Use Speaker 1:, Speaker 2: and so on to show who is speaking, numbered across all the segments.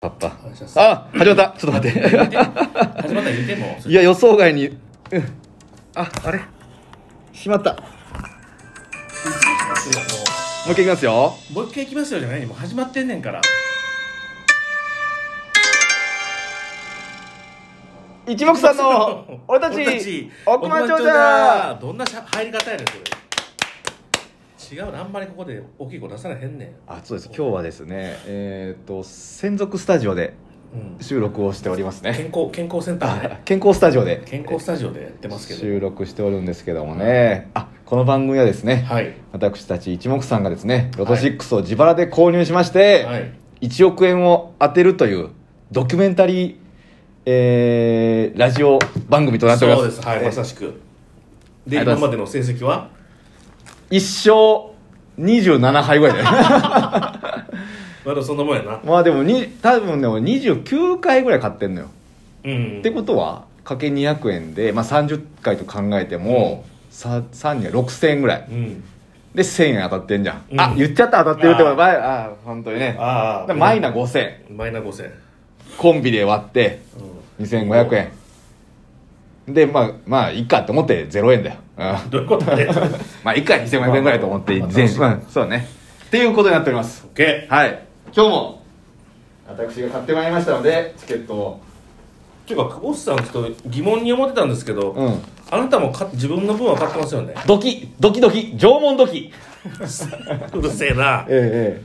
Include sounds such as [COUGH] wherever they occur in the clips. Speaker 1: かった
Speaker 2: 願いします
Speaker 1: あ始まったちょっと待って
Speaker 2: [LAUGHS] 言うて始まったら言うても
Speaker 1: いや予想外に、うんああれしまったもう一回いきますよ
Speaker 2: もう一回行きますよじゃないもう始まってんねんから
Speaker 1: 一目散
Speaker 2: [LAUGHS]
Speaker 1: の俺たち億万長者
Speaker 2: どんなしゃ入り方やねんそれ違うなあんまりここで大きい声出されへんねん
Speaker 1: あそうです今日はですねえっ、と専属スタジオで
Speaker 2: うん
Speaker 1: 収録をしておりますね
Speaker 2: 健康健康センターね
Speaker 1: あ健康スタジオで
Speaker 2: 健康スタジオでやってますけど
Speaker 1: 収録しておるんですけどもねあこの番組はですね、
Speaker 2: はい
Speaker 1: 私たち一目散がですねロト6を自腹で購入しまして、
Speaker 2: はい
Speaker 1: 1億円を当てるというドキュメンタリー、えーラジオ番組となっておりま
Speaker 2: そう
Speaker 1: す
Speaker 2: ですはいまさしくで
Speaker 1: ありがとうござい
Speaker 2: 今
Speaker 1: ます
Speaker 2: までの成績は
Speaker 1: 一生27杯ぐらいだよね [LAUGHS]
Speaker 2: まだそんなもんやな
Speaker 1: まあでもに多分でも29回ぐらい買ってんのよ、
Speaker 2: うん
Speaker 1: ってことはかけ200円で、まあ、30回と考えても、さ3人は6000円ぐらい
Speaker 2: うん
Speaker 1: で1000円当たってんじゃん、
Speaker 2: うん
Speaker 1: あ言っちゃった当たってるってことはああ本当にね
Speaker 2: あ
Speaker 1: で
Speaker 2: あ
Speaker 1: マイナ5000円
Speaker 2: マイナ5000
Speaker 1: コンビで割って2500円でまあまあいいかと思って0円だよ、うん、
Speaker 2: どういうこと [LAUGHS] ね
Speaker 1: [LAUGHS] まあいいか2500円ぐらいと思って
Speaker 2: まあまあ
Speaker 1: 全
Speaker 2: まあ
Speaker 1: うんそうねっていうことになっております
Speaker 2: OK
Speaker 1: はい今日も私が買ってまいりましたのでチケットを
Speaker 2: ていうか久保田さんちょっと疑問に思ってたんですけど、
Speaker 1: うん
Speaker 2: あなたも買っ自分の分は買ってますよ
Speaker 1: [LAUGHS]
Speaker 2: ね
Speaker 1: ドキドキドキ縄文ドキ
Speaker 2: うるせえな
Speaker 1: ええ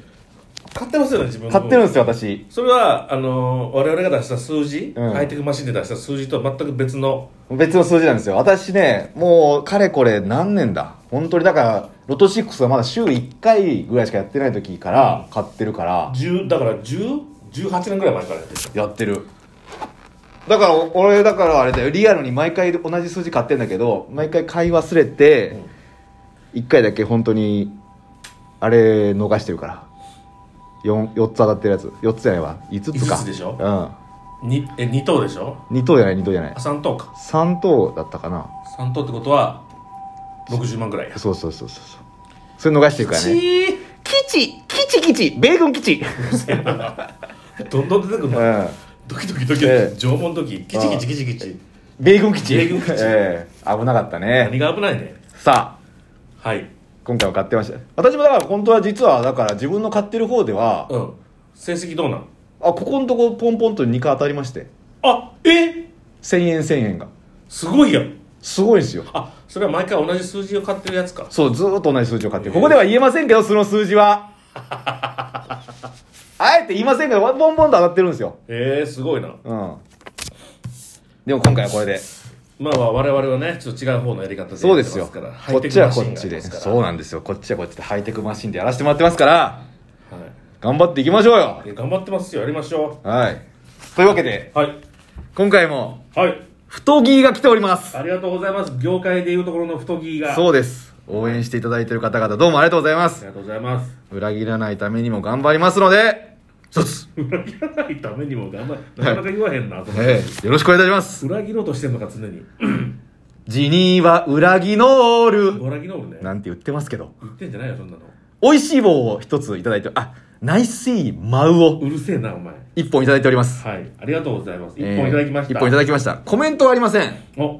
Speaker 2: 買ってますよね自分
Speaker 1: ええ
Speaker 2: の
Speaker 1: 買
Speaker 2: 分
Speaker 1: ってるんですよ私
Speaker 2: それはあのー我々が出した数字、
Speaker 1: うん
Speaker 2: ハイテクマシンで出した数字とは全く別の
Speaker 1: 別の数字なんですよ私ねもうかれこれ何年だ本当にだからロト6はまだ週1回ぐらいしかやってない時から買ってるから、
Speaker 2: 10だから1018年ぐらい前からやってる
Speaker 1: やってるだからお俺だからあれだよリアルに毎回同じ数字買ってんだけど毎回買い忘れて、1回だけ本当にあれ逃してるから 4, 4つ当たってるやつ4つじゃないわ5つか
Speaker 2: 5つでしょ
Speaker 1: う
Speaker 2: にえ2等でしょ
Speaker 1: ん2等じゃない2等じゃない
Speaker 2: あ3等か
Speaker 1: 3等だったかな
Speaker 2: 3等ってことは60万ぐらいや
Speaker 1: そうそうそうそうそうそれ逃してるからね
Speaker 2: ち
Speaker 1: 基地基地基地米軍基地
Speaker 2: ーどんどん出てくる
Speaker 1: う
Speaker 2: の、
Speaker 1: ん
Speaker 2: ドキドキドキ
Speaker 1: ええ
Speaker 2: 縄文時キチキチキチキチ
Speaker 1: 米軍基地
Speaker 2: 米軍基地
Speaker 1: ええ危なかったね
Speaker 2: 何が危ないね
Speaker 1: さあ
Speaker 2: はい
Speaker 1: 今回は買ってました私もだから本当は実はだから自分の買ってる方では、
Speaker 2: うん成績どうなん
Speaker 1: あここのとこポンポンと2回当たりまして
Speaker 2: あえ
Speaker 1: 1000円1000円が
Speaker 2: すごいやん
Speaker 1: すごいですよ
Speaker 2: あそれは毎回同じ数字を買ってるやつか
Speaker 1: そうずーっと同じ数字を買ってる
Speaker 2: えー
Speaker 1: ここでは言えませんけどその数字は [LAUGHS] あえて言いませんけどポンポンと当たってるんですよ
Speaker 2: ええすごいな
Speaker 1: うんでも今回はこれで
Speaker 2: まあまあ我々はねちょっと違う方のやり方で
Speaker 1: そうですよ
Speaker 2: やってますから
Speaker 1: こっちはこ
Speaker 2: ハ
Speaker 1: っ
Speaker 2: イ
Speaker 1: ち
Speaker 2: テクマ
Speaker 1: で
Speaker 2: シンがあります
Speaker 1: そうなんですよこっちはこっちでハイテクマシンでやらせてもらってますから
Speaker 2: からはい
Speaker 1: 頑張っていきましょうよ
Speaker 2: いや頑張ってますよやりましょ
Speaker 1: はいというわけで
Speaker 2: うはい
Speaker 1: 今回も
Speaker 2: はい
Speaker 1: 太着が来ております
Speaker 2: ありがとうございます業界でいうところの太着がう
Speaker 1: そうです応援していただいてる方々どうもありがとうございま
Speaker 2: あ
Speaker 1: す
Speaker 2: りがとうございます
Speaker 1: 裏切らないためにも頑張りますので一つ、
Speaker 2: 裏切らないためにも頑張れなかなか言わへんなと思って
Speaker 1: ええよろしくお願いいたします
Speaker 2: 裏切ろうとしてんのか常に
Speaker 1: ジニーは裏木のる
Speaker 2: ボラギノールね
Speaker 1: なんて言ってますけど
Speaker 2: 言ってんじゃないよそんなの
Speaker 1: 美味しい棒を一ついただいてあナイスイマウを
Speaker 2: うるせえなお前
Speaker 1: 一本いただいております
Speaker 2: はいありがとうございます一
Speaker 1: ええ
Speaker 2: 本いただきました
Speaker 1: 一本いただきましたコメントはありません、
Speaker 2: お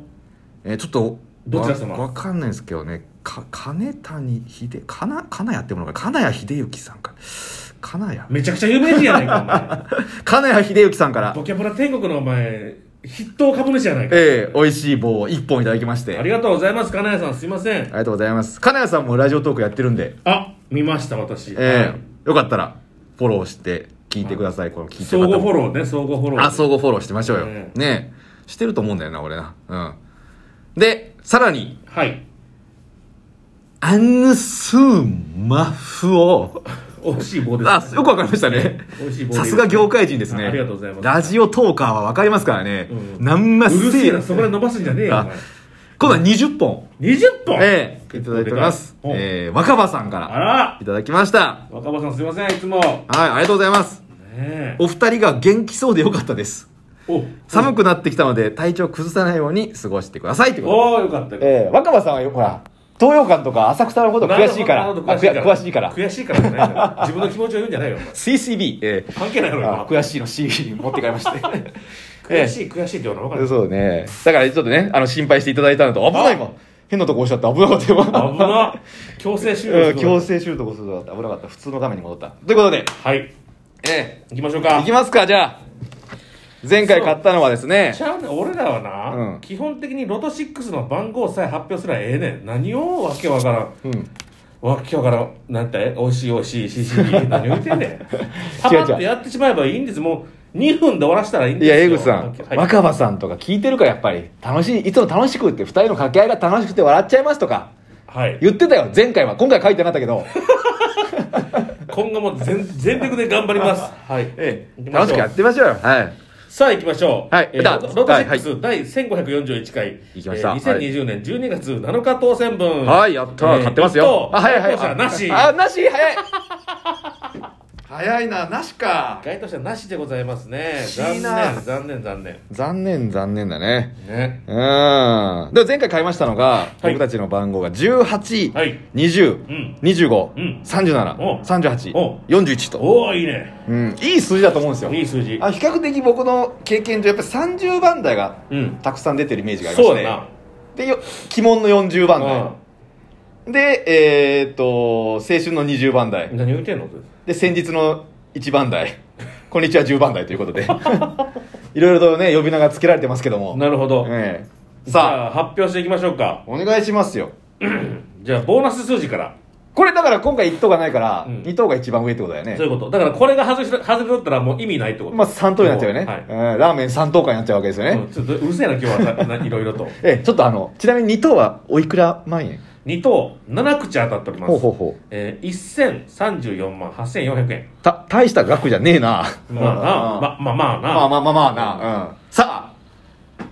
Speaker 1: えーちょっと
Speaker 2: どちら
Speaker 1: わ
Speaker 2: 様
Speaker 1: わかんないですけどねか金谷秀かな金谷ってものが金谷秀幸さんか金谷 [LAUGHS]
Speaker 2: めちゃくちゃ有名人やないか
Speaker 1: 金谷秀幸さんか
Speaker 2: お
Speaker 1: ら
Speaker 2: 前ボキャブラ天国のお前筆頭株主やないか
Speaker 1: ええ美味しい棒を1本いただきまして
Speaker 2: ありがとうございます金谷さんすいません
Speaker 1: ありがとうございます金谷さんもラジオトークやってるんで、
Speaker 2: あ見ました私、
Speaker 1: え
Speaker 2: はい
Speaker 1: ーよかったらフォローして聞いてください、この聞いて
Speaker 2: 相
Speaker 1: る方
Speaker 2: 互フォ
Speaker 1: も
Speaker 2: ローね相互フォロー
Speaker 1: あ相互フォローしてましょうよ、
Speaker 2: え
Speaker 1: ねえしてると思うんだよな俺なうんでさらに
Speaker 2: はい
Speaker 1: アンスーマフ
Speaker 2: [LAUGHS]
Speaker 1: を
Speaker 2: 美味しい棒です、
Speaker 1: あよくわかりましたね
Speaker 2: 美味しい棒で
Speaker 1: さすが業界人ですね
Speaker 2: あありがとうございます
Speaker 1: ラジオトーカーはわかりますからね、
Speaker 2: うん
Speaker 1: なんま
Speaker 2: うるせ
Speaker 1: せ
Speaker 2: え
Speaker 1: え
Speaker 2: なそこで伸ばすんじゃねえよ
Speaker 1: あ今度は20本
Speaker 2: お前20本
Speaker 1: ええいただいております、
Speaker 2: うん
Speaker 1: ええ若葉さんか
Speaker 2: あ
Speaker 1: ら
Speaker 2: ら
Speaker 1: いただきました
Speaker 2: 若葉さんすいませんいつもね
Speaker 1: はいありがとうございます
Speaker 2: え
Speaker 1: お二人が元気そうでよかったです
Speaker 2: お
Speaker 1: 寒くなってきたので体調崩さないように過ごしてくださいってこ
Speaker 2: おおよかった
Speaker 1: とええ若葉さんはよほら東洋館とか浅草のこと悔しいから
Speaker 2: な
Speaker 1: あ
Speaker 2: るほどなるほど
Speaker 1: 詳しい詳しいから
Speaker 2: 悔しいからじゃないから自分の気持ちを言うんじゃないよ
Speaker 1: CCB、え
Speaker 2: 関係ない
Speaker 1: え
Speaker 2: の
Speaker 1: あ
Speaker 2: よ
Speaker 1: 悔しいの C 持って帰りまして
Speaker 2: 悔しい悔しいって言うの分かる
Speaker 1: [LAUGHS] そうねだからちょっとねあの心配していただいたのと危ない今変なとこ押しちゃった危なかった [LAUGHS] 今
Speaker 2: 危な強制終
Speaker 1: う
Speaker 2: 了
Speaker 1: ん強制シュートこそだった危なかった普通の画面に戻ったということで
Speaker 2: はい
Speaker 1: え
Speaker 2: 行きましょう
Speaker 1: え
Speaker 2: か
Speaker 1: いきますかじゃあ前回買ったのはですね
Speaker 2: ちゃうねん俺らはな、
Speaker 1: うん
Speaker 2: 基本的にロト6の番号さえ発表すりゃええねん何をわけわからん
Speaker 1: うん
Speaker 2: わけわからんなんておいしいおいしい CCB 何を言
Speaker 1: [LAUGHS]
Speaker 2: ってんねんパパッとやってしまえばいいんですもう2分で終わらせたらいいんで
Speaker 1: い
Speaker 2: すよ
Speaker 1: や江口さん、
Speaker 2: はい
Speaker 1: 若葉さんとか聞いてるかやっぱり楽しいいつも楽しくって2人の掛け合いが楽しくて笑っちゃいますとか
Speaker 2: はい、
Speaker 1: 言ってたよ前回は今回書いてなかったけど、
Speaker 2: 今後も全全力で頑張りますはい、行きまょう
Speaker 1: [LAUGHS] 楽しくやってみましょうよはい
Speaker 2: さあ行きましょう。
Speaker 1: はい
Speaker 2: えー
Speaker 1: だ
Speaker 2: ロロト
Speaker 1: はいはい
Speaker 2: 6第1541回。
Speaker 1: 行きました
Speaker 2: えー2020年12月7日当選分。
Speaker 1: はい、やった、
Speaker 2: えー
Speaker 1: 買ってますよ。
Speaker 2: 一等
Speaker 1: はいはい
Speaker 2: 該当者なし。
Speaker 1: あ、なし、早い。早いな、なしか。
Speaker 2: 該当者なしでございますね。
Speaker 1: 不思議
Speaker 2: 残念
Speaker 1: な、
Speaker 2: 残念、残念。
Speaker 1: 残念、残念だね。
Speaker 2: ね。
Speaker 1: うん。でも前回買いましたのが、
Speaker 2: はい
Speaker 1: 僕たちの番号が18、
Speaker 2: はい
Speaker 1: 20、
Speaker 2: うん
Speaker 1: 25、
Speaker 2: うん
Speaker 1: 37
Speaker 2: おう、おう
Speaker 1: 38、41と。
Speaker 2: おおいいね。
Speaker 1: うん、いい数字だと思うんですよ
Speaker 2: い。い数字。
Speaker 1: あ比較的僕の経験上、やっぱり30番台が
Speaker 2: うん。
Speaker 1: たくさん出てるイメージがありまし
Speaker 2: そう
Speaker 1: て、
Speaker 2: だな。
Speaker 1: で、よ鬼門の40番
Speaker 2: あ
Speaker 1: 台。で、えーっと、青春の20番台。
Speaker 2: 何言ってんの
Speaker 1: で先日の1番台こんにちは10番台ということ
Speaker 2: [LAUGHS]
Speaker 1: でいろいろとね呼び名がつけられてますけども、
Speaker 2: なるほど。
Speaker 1: ええ
Speaker 2: じ
Speaker 1: さあ
Speaker 2: ゃあ発表していきましょうか。
Speaker 1: お願いしますよ
Speaker 2: じゃあボーナス数字から。
Speaker 1: これだから今回1等がないから、
Speaker 2: うん
Speaker 1: 2等が一番上ってことだよね
Speaker 2: そういうこと。だからこれが外し外れとったらもう意味ないってこと。
Speaker 1: まあ3等になっちゃうよね、
Speaker 2: はい
Speaker 1: うんラーメン3等間になっちゃうわけですよね、
Speaker 2: うんちょっとうるせえな今日はないろ
Speaker 1: [LAUGHS]
Speaker 2: いろと。
Speaker 1: ええちょっとあのちなみに2等はおいくら万円
Speaker 2: 2等7口当たっております
Speaker 1: ほうほうほう
Speaker 2: えー、1034万8400円
Speaker 1: た大した額じゃねえな
Speaker 2: まあな
Speaker 1: うん
Speaker 2: ままあまあな、
Speaker 1: まあまあまあまあな、うんさあ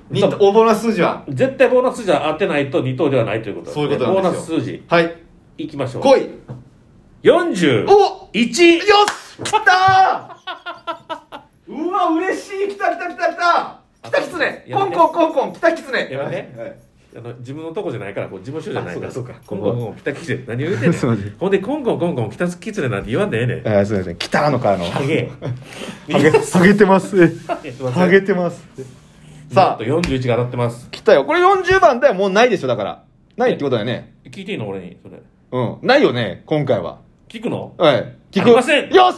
Speaker 1: 二等応募の数字は
Speaker 2: 絶対ボーナス数字は当てないと2等ではないということ
Speaker 1: そういうことなんですよ
Speaker 2: ボーナス数字
Speaker 1: はい
Speaker 2: いきましょう
Speaker 1: 来い
Speaker 2: 41
Speaker 1: およし来たーうわ嬉しい来た来た来た来た来たキツネ
Speaker 2: や
Speaker 1: コ
Speaker 2: め
Speaker 1: ン
Speaker 2: て
Speaker 1: コンコンコン来たキツネ
Speaker 2: やめて
Speaker 1: はい
Speaker 2: あの自分のとこじゃないからこう事務所じゃないから
Speaker 1: あそうかそうか
Speaker 2: コンコンコンコンピタキツネ何を言う
Speaker 1: [LAUGHS]
Speaker 2: てんね
Speaker 1: すいません
Speaker 2: んほんでコンコンコンコンピタキツネなんて言わんでええねん
Speaker 1: えー、すみません来たのかあの
Speaker 2: ハ
Speaker 1: ハ
Speaker 2: ゲ
Speaker 1: ゲハゲてますハゲてます
Speaker 2: さ
Speaker 1: さ
Speaker 2: あ
Speaker 1: あ
Speaker 2: 41が当たってます
Speaker 1: 来たよこれ40番ではもうないでしょだからないってことだよね
Speaker 2: 聞いていいの俺にそれ
Speaker 1: うんないよね今回は
Speaker 2: 聞くの
Speaker 1: はい
Speaker 2: ありません
Speaker 1: よしよし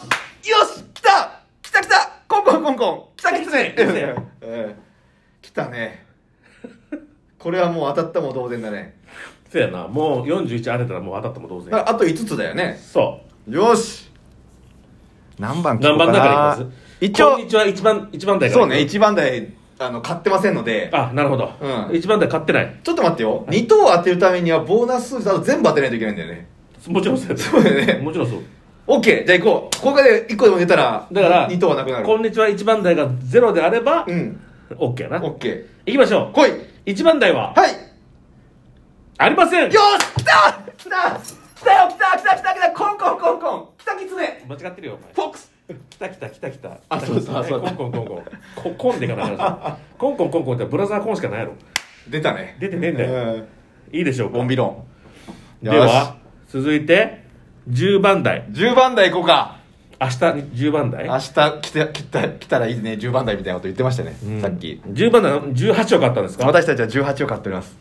Speaker 1: 来た来た来たコンコンコンコン来たキツネ
Speaker 2: 来たキ
Speaker 1: [LAUGHS]
Speaker 2: ツネ
Speaker 1: えー来たねこれはもう当たったも同然だね
Speaker 2: そうやなもう41当てたらもう当たったも同然
Speaker 1: だからあと5つだよね
Speaker 2: そう
Speaker 1: よし何番
Speaker 2: 何番だからいきます
Speaker 1: 一
Speaker 2: こん
Speaker 1: 応
Speaker 2: にちは一番一番台から
Speaker 1: そうね1番台あの買ってませんので
Speaker 2: あなるほど、
Speaker 1: うん
Speaker 2: 一番台買ってない
Speaker 1: ちょっと待ってよ2等を当てるためにはボーナス数字あと全部当てないといけないんだよね
Speaker 2: もちろんそうや
Speaker 1: そうだよね
Speaker 2: もちろんそう
Speaker 1: OK じゃあ行こうここで1個でも出たら
Speaker 2: だから
Speaker 1: 2等はなくなる
Speaker 2: こんにちは一番台がゼロであれば、
Speaker 1: うん
Speaker 2: OK やな
Speaker 1: OK
Speaker 2: いきましょう
Speaker 1: 来い
Speaker 2: 一番台は
Speaker 1: はい
Speaker 2: ありません
Speaker 1: よし来た来た来たよ来た来た来た来たコンコンコンコン来たキツネ
Speaker 2: 間違ってるよお前
Speaker 1: フォックス
Speaker 2: 来た来た来た来た
Speaker 1: あそうそうあそう
Speaker 2: コンコンコンコンコンコンでいかな
Speaker 1: [LAUGHS]
Speaker 2: いからコンコンコンコンってブラザーコンしかないやろ
Speaker 1: 出たね
Speaker 2: 出てねえんだよ
Speaker 1: うん
Speaker 2: いいでしょうか
Speaker 1: ボンビロン
Speaker 2: では続いて10番台
Speaker 1: 10番台行こうか
Speaker 2: 明日10番台
Speaker 1: 明日来て来た来たらいいね10番台みたいなこと言ってましたね、
Speaker 2: うん
Speaker 1: さっき
Speaker 2: 10番台18を買ったんですか
Speaker 1: 私たちは18を買っております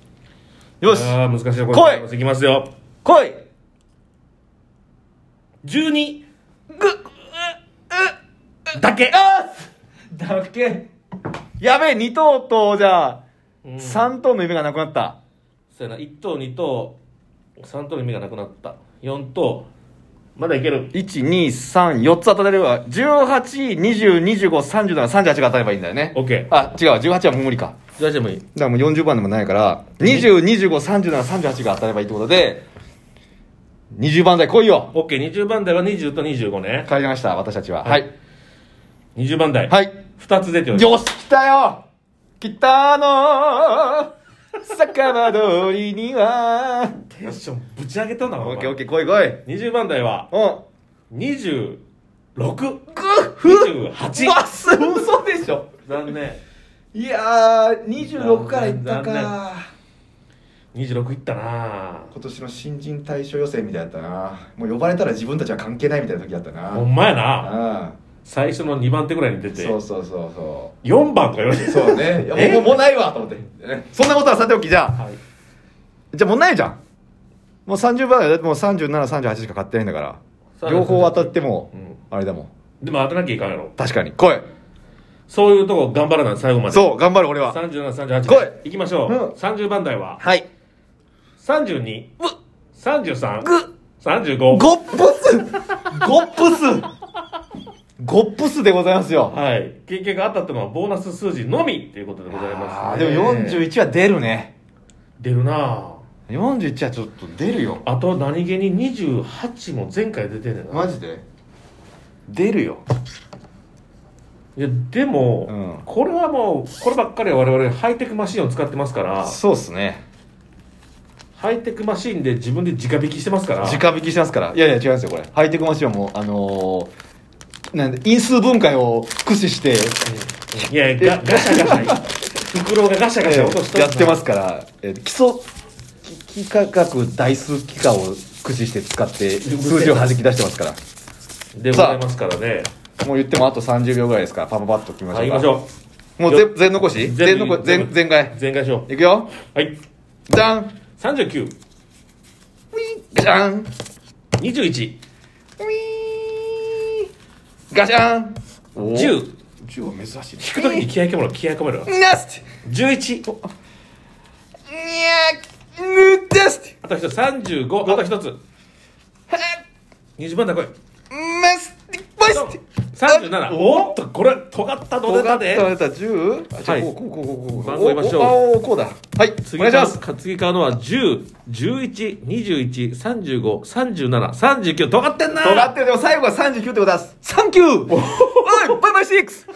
Speaker 1: よし
Speaker 2: あー難しいとこ
Speaker 1: 来い
Speaker 2: いきますよ
Speaker 1: 来い
Speaker 2: 12
Speaker 1: ぐう
Speaker 2: だけ
Speaker 1: あーだっけやべえ2等とじゃあ、
Speaker 2: うん
Speaker 1: 3等の夢がなくなった
Speaker 2: そうやな1等2等3等の意味がなくなった4等まだいける
Speaker 1: 1234つ当たれれば18202530なら38が当たればいいんだよね
Speaker 2: OK
Speaker 1: あ違う18はもう無理か
Speaker 2: じゃあじゃあもういい
Speaker 1: だからもう40番でもないから20253038が当たればいいってことで20番台来いよ
Speaker 2: OK20 番台は20と25ね
Speaker 1: 帰りました私たちは
Speaker 2: は
Speaker 1: はいい
Speaker 2: 20番台
Speaker 1: はい。
Speaker 2: 2つ出ておりま
Speaker 1: よし、来たよ来たの酒場通りには。
Speaker 2: すテンションぶち上げたな
Speaker 1: オ
Speaker 2: お
Speaker 1: ッケーオ
Speaker 2: 前
Speaker 1: ッケー、来い来い。
Speaker 2: 20番台は
Speaker 1: うん。
Speaker 2: 26
Speaker 1: グッフ
Speaker 2: 28
Speaker 1: わす、嘘でしょ。
Speaker 2: 残念
Speaker 1: いやー、26からいった
Speaker 2: 残念
Speaker 1: か。
Speaker 2: 26いったな
Speaker 3: 今年の新人大賞予選みたいだったなもう呼ばれたら自分たちは関係ないみたいな時だったな
Speaker 2: ほんまやな
Speaker 3: ああ
Speaker 2: 最初の2番手ぐらいに出て
Speaker 3: そうそうそうそ
Speaker 2: 4番とか言われ
Speaker 3: う
Speaker 2: て
Speaker 3: そう [LAUGHS] ねいや
Speaker 2: え
Speaker 3: もうもうないわと思ってえ
Speaker 1: そんなことはさておきじゃあ
Speaker 2: はい
Speaker 1: じゃあもうないじゃんもう30倍だってもう3738しか買ってないんだから両方当たっても
Speaker 2: うん
Speaker 1: あれだもん
Speaker 2: でも当たらなきゃいかんやろ
Speaker 1: 確かに来い
Speaker 2: そういうとこ頑張らない最後まで
Speaker 1: そう頑張る俺は
Speaker 2: 3738
Speaker 1: 来
Speaker 2: いきましょう、
Speaker 1: うん
Speaker 2: 30番台は
Speaker 1: はい
Speaker 2: 32
Speaker 1: うっ
Speaker 2: 33
Speaker 1: グッ
Speaker 2: 35
Speaker 1: ゴップスゴップスゴップスでございますよ
Speaker 2: はい経験が当たったのはボーナス数字のみっていうことでござい
Speaker 1: あ
Speaker 2: ま
Speaker 1: ー
Speaker 2: す、
Speaker 1: で
Speaker 2: ね、
Speaker 1: も41は出るね
Speaker 2: 出るなあ
Speaker 1: 41はちょっと出るよ
Speaker 2: あと何気に28も前回出てんねんな、
Speaker 1: マジで出るよ
Speaker 2: いやでも、
Speaker 1: うん
Speaker 2: これはもうこればっかりは我々ハイテクマシンを使ってま
Speaker 1: [LAUGHS]
Speaker 2: すから
Speaker 1: そうっすね
Speaker 2: ハイテクマシンで自分で直引きしてますから
Speaker 1: 直引きしてますからいやいや違いますよこれハイテクマシンはもうあのー、なんで因数分解を駆使して
Speaker 2: いやガガシャガシ
Speaker 1: [LAUGHS]
Speaker 2: ャ袋がガシャガシャ落としとる
Speaker 1: やってますから、えー基礎幾何学代数幾何を駆使して使って数字を弾き出してますから
Speaker 2: でございますからね
Speaker 1: もう言ってもあと30秒ぐらいですからパパパッときましょうか、
Speaker 2: はい行きましょ
Speaker 1: もう全全残し
Speaker 2: う
Speaker 1: 全残全全
Speaker 2: 部
Speaker 1: 開
Speaker 2: 全開しよ
Speaker 1: いくよ
Speaker 2: うはい
Speaker 1: じゃん
Speaker 2: 39
Speaker 1: ガシャンウ
Speaker 2: 21
Speaker 1: ィーンガシャン
Speaker 2: 10
Speaker 1: 10は珍しい
Speaker 2: 聞くときに気合い込めろ気合い込めろ
Speaker 1: ナステ
Speaker 2: 11
Speaker 1: ィニャーヌダステ
Speaker 2: あと一つ35あと一つ
Speaker 1: ィ
Speaker 2: 20番だこい
Speaker 1: マスティバスティ
Speaker 2: 37おっとこれ尖ったの出たで
Speaker 1: 取れた 10?
Speaker 2: はい
Speaker 1: こうこうこうこうこう
Speaker 2: 番号言いましょう
Speaker 1: おおこうだはいお願いします
Speaker 2: か次買うのは101121353739尖ってんな
Speaker 1: 尖ってるでも最後は39ってことですサンキューおいバイバイシックス